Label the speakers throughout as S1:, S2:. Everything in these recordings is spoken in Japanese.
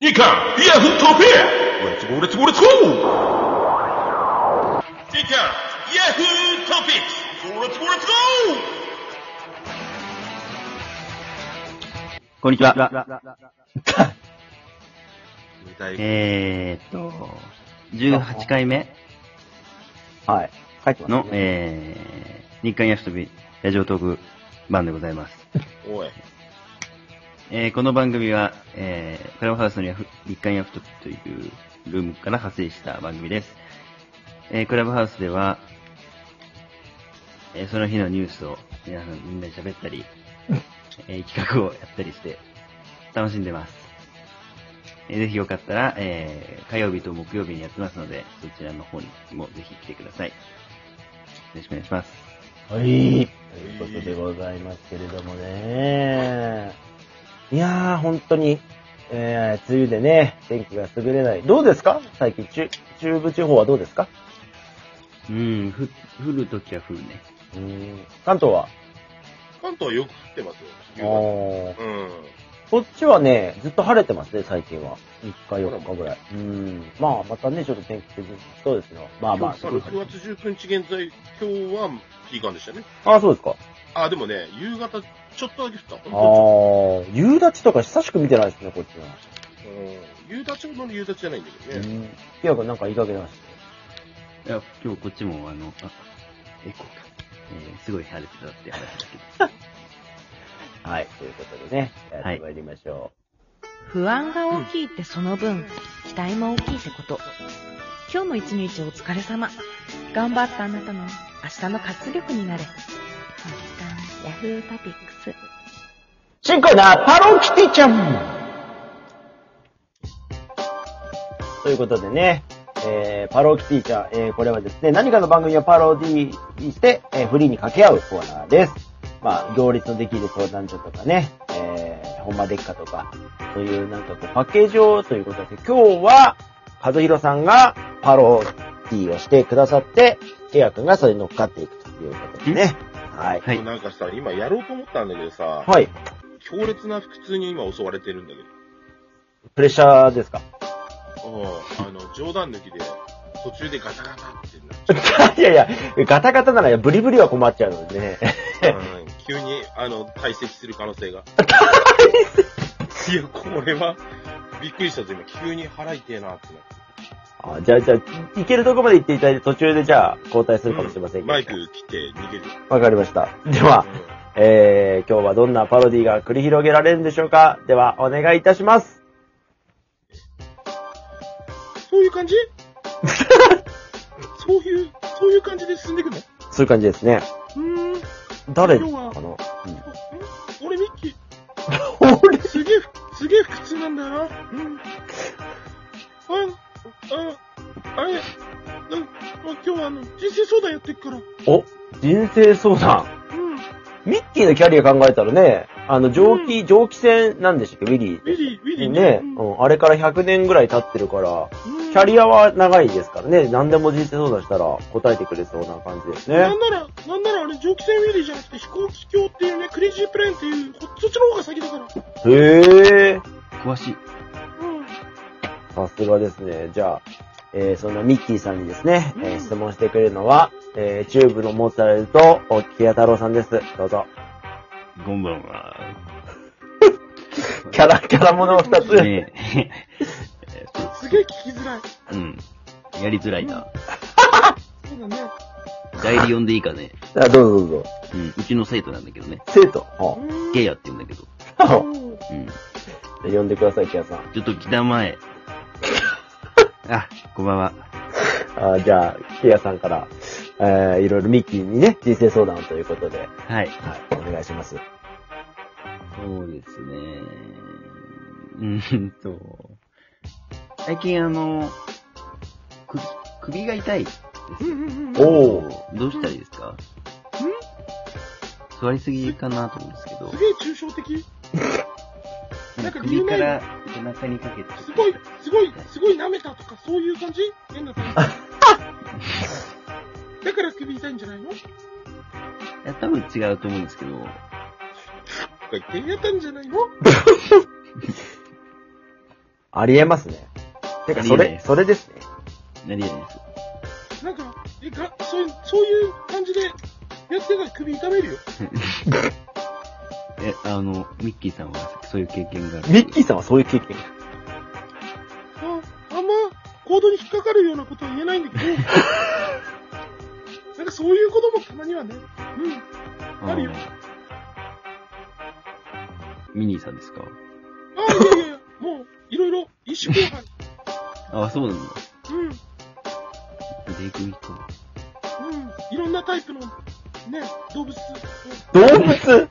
S1: 이카 야후 토피 Let's go Let's go Let's go 이카 야후 토픽 Let's go Let's go
S2: こんにちは。
S1: 歌い
S2: えーっと、18回目
S3: はい。書いてます、ね。
S2: の、えー、日刊ヤフトビラジオトーク版でございます。
S1: おい
S2: えー、この番組は、えー、クラブハウスのヤフ日刊ヤフトビというルームから派生した番組です。えー、クラブハウスでは、えー、その日のニュースを皆さんみんなで喋ったり、えー、企画をやったりして楽しんでます。えーぜひよかったら、えー火曜日と木曜日にやってますので、そちらの方にもぜひ来てください。よろしくお願いします。
S3: はい。ということでございますけれどもね。いやー、本当に、えー、梅雨でね、天気が優れない。どうですか最近、中、中部地方はどうですか
S2: うん、ふ降るときは降るね。
S3: うーん。関東は
S1: 関東はよく降ってますよ
S3: おー
S1: うん
S3: こっちはね、ずっと晴れてますね、最近は。3日、4日ぐらい。うーん。まあ、またね、ちょっと天気崩そうですよ。まあまあ、
S1: 今日さ6月19日現在、今日はピーカンでしたね。
S3: あ、そうですか。
S1: あ、でもね、夕方ちょっとだけ降った。
S3: あー、夕立とか久しく見てないですね、こっちは。
S1: うん。夕立ほどの夕立じゃないんだけど
S3: う
S1: ね。
S3: ん。ピア君なんか言いかけなし。
S2: いや、今日こっちも、あの、あ、エコーか。えー、すごい晴れてたって話だけど。
S3: はい。ということでね、やってまいりましょう。
S4: 不安が大きいってその分、期待も大きいってこと。今日も一日お疲れ様。頑張ったあなたの明日の活力になれ。ヤフートピックス。
S3: 新コーナー、パロキティちゃんということでね、えー、パロキティちゃん、えー、これはですね、何かの番組をパロディして、えーフリーに掛け合うコーナーです。まあ、行列のできる相談所とかね、えー、ほんまでっかとか、そういうなんかこう、パッケージをということで、今日は、和弘さんがパロディをしてくださって、ケア君がそれに乗っかっていくということでね。はい。
S2: はい。
S1: なんかさ、今やろうと思ったんだけどさ、
S3: はい。
S1: 強烈な腹痛に今襲われてるんだけ
S3: プレッシャーですか
S1: ど。うん。あの、冗談抜きで、途中でガタガタってなっ
S3: いやいや、ガタガタならブリブリは困っちゃうのでね。
S1: ちゃう。うん急に、あの、退席する可能性 が。いや、これは、びっくりしたぞ、今。急に腹痛えなってなって。
S3: あじゃあ、じゃあ、いけるとこまで行っていただいて途中でじゃあ交代するかもしれませんけ
S1: う
S3: ど。
S1: んマイク切って逃げるよ。
S3: わかりました。では、えー、今日はどんなパロディが繰り広げられるんでしょうかでは、お願いいたします。
S1: そういう 感じそういう、そういう感じで進んでいくのう
S3: そういう感じですね。
S1: ーん。
S3: 誰か
S1: 今日
S3: な
S1: は
S3: うん
S1: 俺ミッキー、
S3: 俺
S1: すげえ、すげえ腹痛なんだよな。うん。あ、あ、あれ、うん、あ今日はあの、人生相談やってっから。う
S3: お、人生相談。
S1: ん。
S3: ミッキーのキャリア考えたらね、あの、蒸気、蒸気船なんでしたっけウィリー。
S1: ウィリー、ウィリー
S3: ね、
S1: うん
S3: うん、あれから100年ぐらい経ってるから、
S1: うん
S3: キャリアは長いですからね、何でも人生相談したら答えてくれそうな感じですね
S1: な。んなら、なんならあれ、蒸気船ウィリーじゃなくて飛行機橋っていうね、クレイジープレーンっていう、こそっちの方が先だから。
S3: へえ、
S2: 詳しい。
S1: うん。
S3: さすがですね。じゃあ、えー、そんなミッキーさんにですね、えー
S1: うん
S3: 質問してくれるのは、えー、チューブのモッツァレルと、おキア太郎さんです。どうぞ。
S2: こんばんは。
S3: キャラ、キャラものを二つ。
S2: ねえ。えー
S1: すげえ聞きづらい。
S2: と うん。やりづらいな。
S1: そうだね。
S2: 代理呼んでいいかね。
S3: あどうぞどうぞ。
S2: うん。うちの生徒なんだけどね。
S3: 生徒。あ
S1: うん。
S2: ケイヤって言うんだけど。
S3: あ
S1: うん
S2: うん。
S3: 呼んでください、キアさん。
S2: ちょっと北 前。あ、こんばんは。
S3: あじゃあ、キアさんから、えー、いろいろミッキーにね、人生相談ということで、
S2: はい。
S3: はい、お願いします。
S2: そうですね。うーんと。最近あの、首、首が痛いです。
S1: うんうんうん。
S3: おー。
S2: どうしたらいいですか座りすぎかなと思うんですけど
S1: す、げえ抽象的。
S2: なんか
S1: なんか理由な
S2: 首か
S1: い
S2: ら背中にかけて。
S1: すごい、すごい、すごい舐めたとか、そういう感じ変な感 じ。だから首痛いんじゃないの
S2: いや、多分違うと思うんですけど、
S1: とか言ってやったんじゃないの
S3: ありえますね。てか、そ
S2: ありえな
S3: れ
S2: い、
S3: それですね。
S2: 何やります
S1: なんか、え、が、そういう、そういう感じで、やってたら首痛めるよ。
S2: え、あの、ミッキーさんはそういう経験がある。
S3: ミッキーさんはそういう経験。
S1: あ、あんま、行動に引っかかるようなことは言えないんだけど。 なんかそういうこともたまにはね。うん。
S2: あー
S1: あるよ
S2: ミニーさんです
S1: あ、
S2: か
S1: いやいやいや、もう、いろいろ、一種後輩。
S2: あ、そうなんだ。
S1: うん。うん。
S2: デイクミか。
S1: いろんなタイプの、ね、動物。
S3: 動物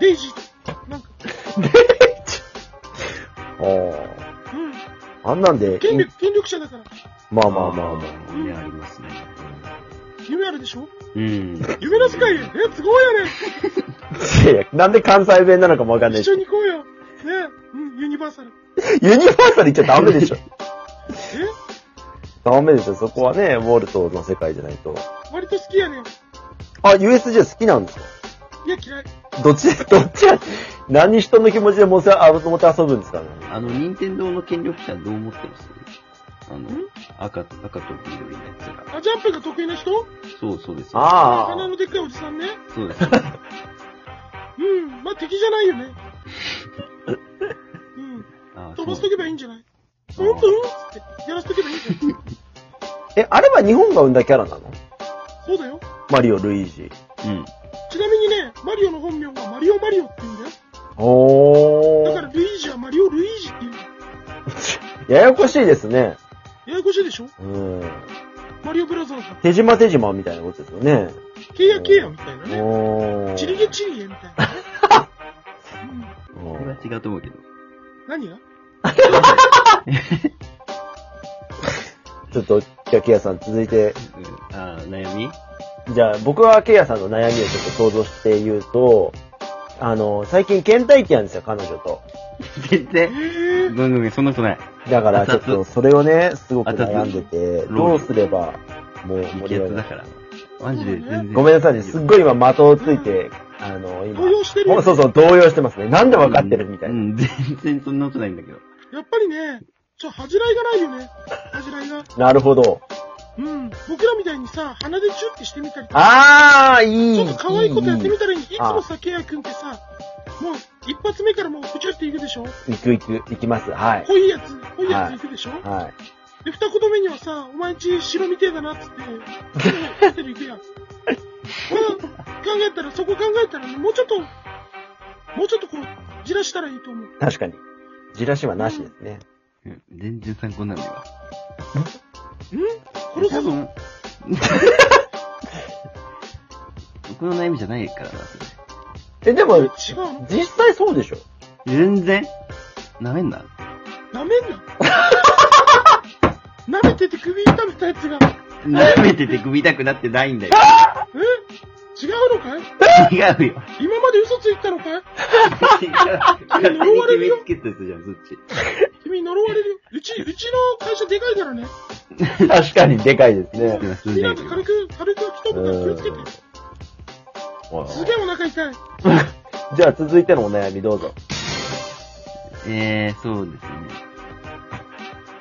S1: デイジー、なんか、
S3: お
S1: うん。
S3: あんなんで、
S1: 権力、権力者だから、
S3: まあまあまあまあ。
S2: あ。ね、ありますね。
S1: 夢あるでしょ
S2: うん。
S1: 夢の世界へ、ね、都合やね
S3: いやいやなんで関西弁なのかもわかんない
S1: 一
S3: し
S1: 緒。に行こうよ。ねうん、ユニバーサル。
S3: ユニバーサル行っちゃダメでし ょ。
S1: え
S3: ダメでしょ。そこはね、ウォルトの世界じゃないと。
S1: 割と好きやねん。い
S3: あ、USJ 好きなんですか
S1: や、嫌い。
S3: どっち、どっちや、何人の気持ちでもせ、あ、もて遊ぶんですかね。
S2: あの、任天堂の権力者どう思ってますあの、赤と、赤と緑のやつら。
S1: あ、ジャンプが得意な人
S2: そうそうです。
S3: あ
S1: 鼻のでっかいおじさんね。
S2: そうです。
S1: うん、まあ、敵じゃないよ ね。うん、
S2: あ
S1: 飛ばしとけばいいんじゃない
S2: そ
S1: うん
S2: う
S1: うんっつって、やらしとけばいいんじゃない
S3: あ。え、あれは日本が生んだキャラなの
S1: そうだよ。
S3: マリオ、ルイージ。
S2: うん。
S1: ちなみにね、マリオの本名はマリオマリオって言うんだよ。
S3: お
S1: だからルイージはマリオルイージって言うんだよ。
S3: ややこしいですね。
S1: ややこしいでしょ
S3: うん。
S1: マリオブラザーズの。
S3: 手島手島みたいなことですよね。
S1: ケイヤケイヤみたいなね。
S3: おー。
S1: チリゲチリゲみたい なね。うん
S2: これは違うと思うけど。
S1: 何が
S3: ちょっと、じゃあ、ケイヤさん続いて、
S2: うん、あー悩み
S3: じゃあ、僕はケイヤさんの悩みをちょっと想像して言うと、あの、最近倦怠期なんですよ、彼女と。
S2: 全
S1: え
S2: 然、
S1: ー、
S2: 番組そんなことない。
S3: だから、ちょっと、それをね、すごく悩んでて、どうすれば、もう盛
S2: 激
S3: り上
S2: アツ
S3: が
S2: だ
S3: る。
S2: から。マジで全然。
S3: ごめんなさいね、すっ
S2: い
S3: ごい今、的をついて、あの、今
S1: 動、揺してる
S3: も
S1: よ
S3: うそうそう、動揺してますね。なんでわかってるみたいうな。
S2: ん、全然そんなことないんだけど。
S1: やっぱりね、ちょ、恥じらいがないよね。恥じらいが。
S3: なるほど。
S1: うん。僕らみたいにさ、鼻でチュってしてみたりとか
S3: あー、い
S1: ちょ
S3: い。
S1: っと可愛いことやってみ
S3: い
S1: たらいい。いつもさ、ケイヤくんってさ、もう、一発目からもう、プチュっていくでしょ
S3: い。行く行く、行きます。はい。
S1: 濃いやつ、濃いやついくでしょ、
S3: はい。
S1: で、二言目にはさ、お前んち白みてえだなっつって、ホテル行くやん。まあ、考えたら、そこ考えたら、もうちょっと、もうちょっとこう、じらしたらいいと思う。
S3: 確かに。じらしはなしですね。
S2: うん、全然参考にならないわ。
S1: 殺
S2: 多
S1: すぞ。
S2: 分、 僕の悩みじゃないからな、それ。
S3: え、でも、
S1: 違うの
S3: 実際そうでしょ
S2: 全然、なめんな。
S1: 舐めんな。舐めてて首痛めたやつが、
S2: 舐めてて首痛くなってないん だよ。
S1: え違うのかい
S2: 違うよ。違う。
S1: 今まで嘘ついてたのかい
S2: 勝手に決めつけたやつじゃん、そっち。
S1: 君呪われるよ。うち、うちの会社でかいからね。
S3: 確かに、でかいですね
S2: いやそれ
S1: みん
S2: だ
S1: な
S2: けど
S1: 軽く、軽く一言気をつけて。
S3: うん
S1: すげえお腹痛い。
S3: じゃあ、続いてのお悩みどうぞ。
S2: えー、そうですね。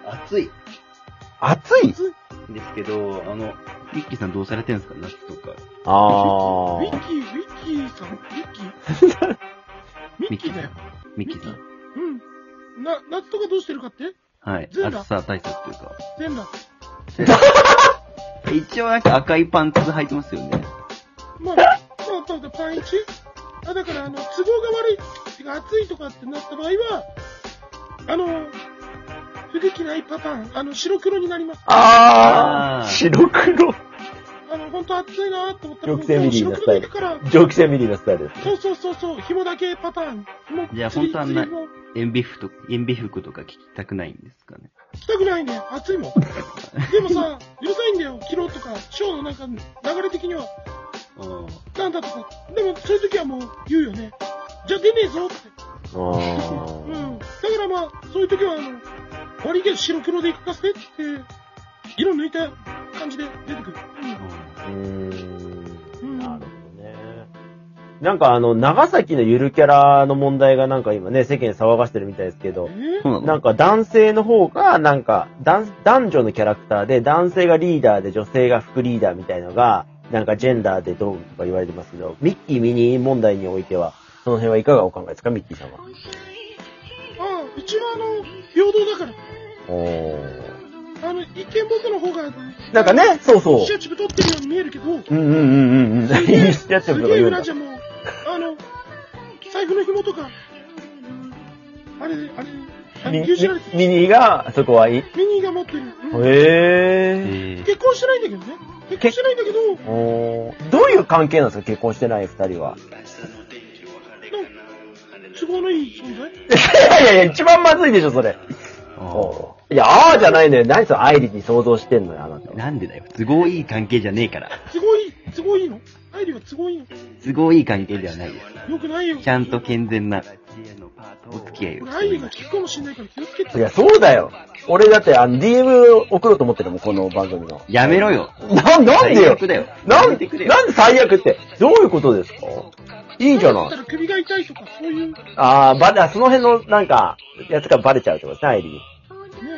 S2: 暑い。
S3: 暑い
S2: ですけど、あの、ミッキーさんどうされてるんですか夏とか。
S3: あ
S1: ウィッ
S3: ー。
S1: キー、ウィッキーさん、ウィッキーミッキーだよ。
S2: ミッキーさん。
S1: うん。な、夏とかどうしてるかって
S2: はい。
S1: ズンだ
S2: 暑さ対策という か。
S1: 全裸。
S2: 一応なんか赤いパンツ履いてますよね。
S1: まあ、まあ、まあ、パンイチあ、だから、あの、都合が悪い、てか暑いとかってなった場合は、あの、服着ないパターン、あの、白黒になります。
S3: あ
S2: あー
S3: ー。白黒。
S1: あの、ほんと暑いなーって思ったら、
S3: 直線ミリー
S1: 白
S3: なス
S1: 黒
S3: タイ
S1: で
S3: ル
S1: 行くから、。
S3: 蒸気船ミリーなスタイルです
S1: そ
S3: ね。
S1: うそうそう、そう紐だけパターン。紐
S2: じゃあほんとは
S1: 釣り
S2: ない
S1: 釣り紐
S2: 塩ビ服と、塩ビ服とか聞きたくないんですかね。
S1: 着たくないね。暑い もん。でもさ、うるさいんだよ。昨日とか、ショーのなんか、流れ的には、
S2: あー
S1: なんだとか。でも、そういう時はもう言うよね。じゃあ出ねえぞって。
S3: あ
S1: う
S3: ー
S1: ん。だからまあ、そういう時は、あの、悪いけど白黒で行かせてって、色抜いた感じで出てくる。
S2: あー
S3: うーん。
S1: うん
S3: なるほどね。なんかあの、長崎のゆるキャラの問題がなんか今ね、世間騒がしてるみたいですけど、
S1: え
S2: そうなの
S3: なんか男性の方が、なんか、男男女のキャラクターで、男性がリーダーで女性が副リーダーみたいのが、なんかジェンダーでどうとか言われてますけど、ミッキーミニー問題においては、その辺はいかがお考えですか、ミッキーさんは。
S1: ああ、うちはあの、平等だから。
S3: おー
S1: あの、一見僕の方が、
S3: なんかね、そうそう
S1: シ。ャチブ取ってるように見えるけど、
S3: うんうんうんうんうん。
S1: すげ
S3: 何
S1: え、
S3: しちゃって
S1: す
S3: る
S1: げ
S3: とか
S1: え
S3: 言うん
S1: 裏
S3: だ
S1: じ。ゃもう、あの、財布の紐とか、あれ、あれ、あ
S3: ミ
S1: れ、
S3: ミ
S1: 牛耳られてる。
S3: ミニーが、そこはいい。へ
S1: ミニーが持ってる。うん
S3: え
S2: えー
S1: 結婚してないんだけどね。結婚してないんだけど、
S3: ー。おーどういう関係なんですか、結婚してない二人は。
S1: 都合のいい存在
S3: いやいやいや、一番まずいでしょ、それ。
S2: あー
S3: おういや、ああじゃないのよ。何それ、アイリに想像してんのよ、あなたは。
S2: なんでだよ。都合いい関係じゃねえから。
S1: 都合いい、都合いいの愛理は都合いいの
S2: 都合いい関係ではないです。
S1: よくないよ。
S2: ちゃんと健全なお付き合いを
S1: 俺、
S2: し
S1: 愛
S2: てい
S1: 理
S2: ま
S1: が
S2: す。
S1: 聞くかもしれないから気をつけて。
S3: いや、そうだよ。俺だって、あの、DM 送ろうと思ってるもん、この番組の。
S2: やめろよ。
S3: な、なんで
S2: 最
S3: よ
S2: 悪だよ。
S3: な
S2: やめ
S3: ん
S2: て
S3: で、
S2: くれよ
S3: なんで最悪って。どういうことですかいいじゃ
S1: だった
S3: ない。
S1: ら首が痛いとか、そういう、ね
S3: ああ、ば、その辺の、なんか、やつがバレちゃうってことですね、アイリ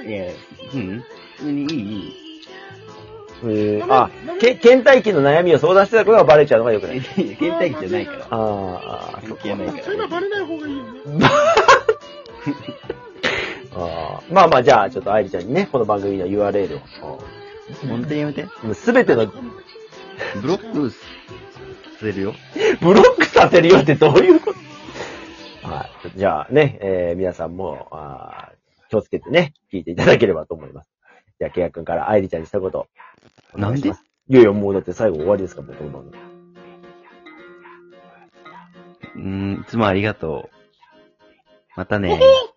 S2: いや、うん。うん、いい、いい。
S3: ー。へーあ、け、倦怠期の悩みを相談してたことがバレちゃうのが良くない。
S2: 倦怠期じゃないから。
S3: あー
S2: 関係ない
S1: そういうのは
S2: か
S1: バレない方がいいよね。
S3: あー、まあまあ、じゃあ、ちょっとアイリちゃんにね、この番組の URL を。
S2: ら。本当にやめて。
S3: すべての、
S2: ブロックするよ。
S3: ブロックさせるよってどういうことはい。じゃあね、えー、皆さんも、あー気をつけてね、聞いていただければと思います。じゃあ、ケイヤ君から愛理ちゃんに一言。お願いしますいやいや、もうだって最後終わりですから、もうこの番組。
S2: うん、いつもありがとう。またね。
S1: おお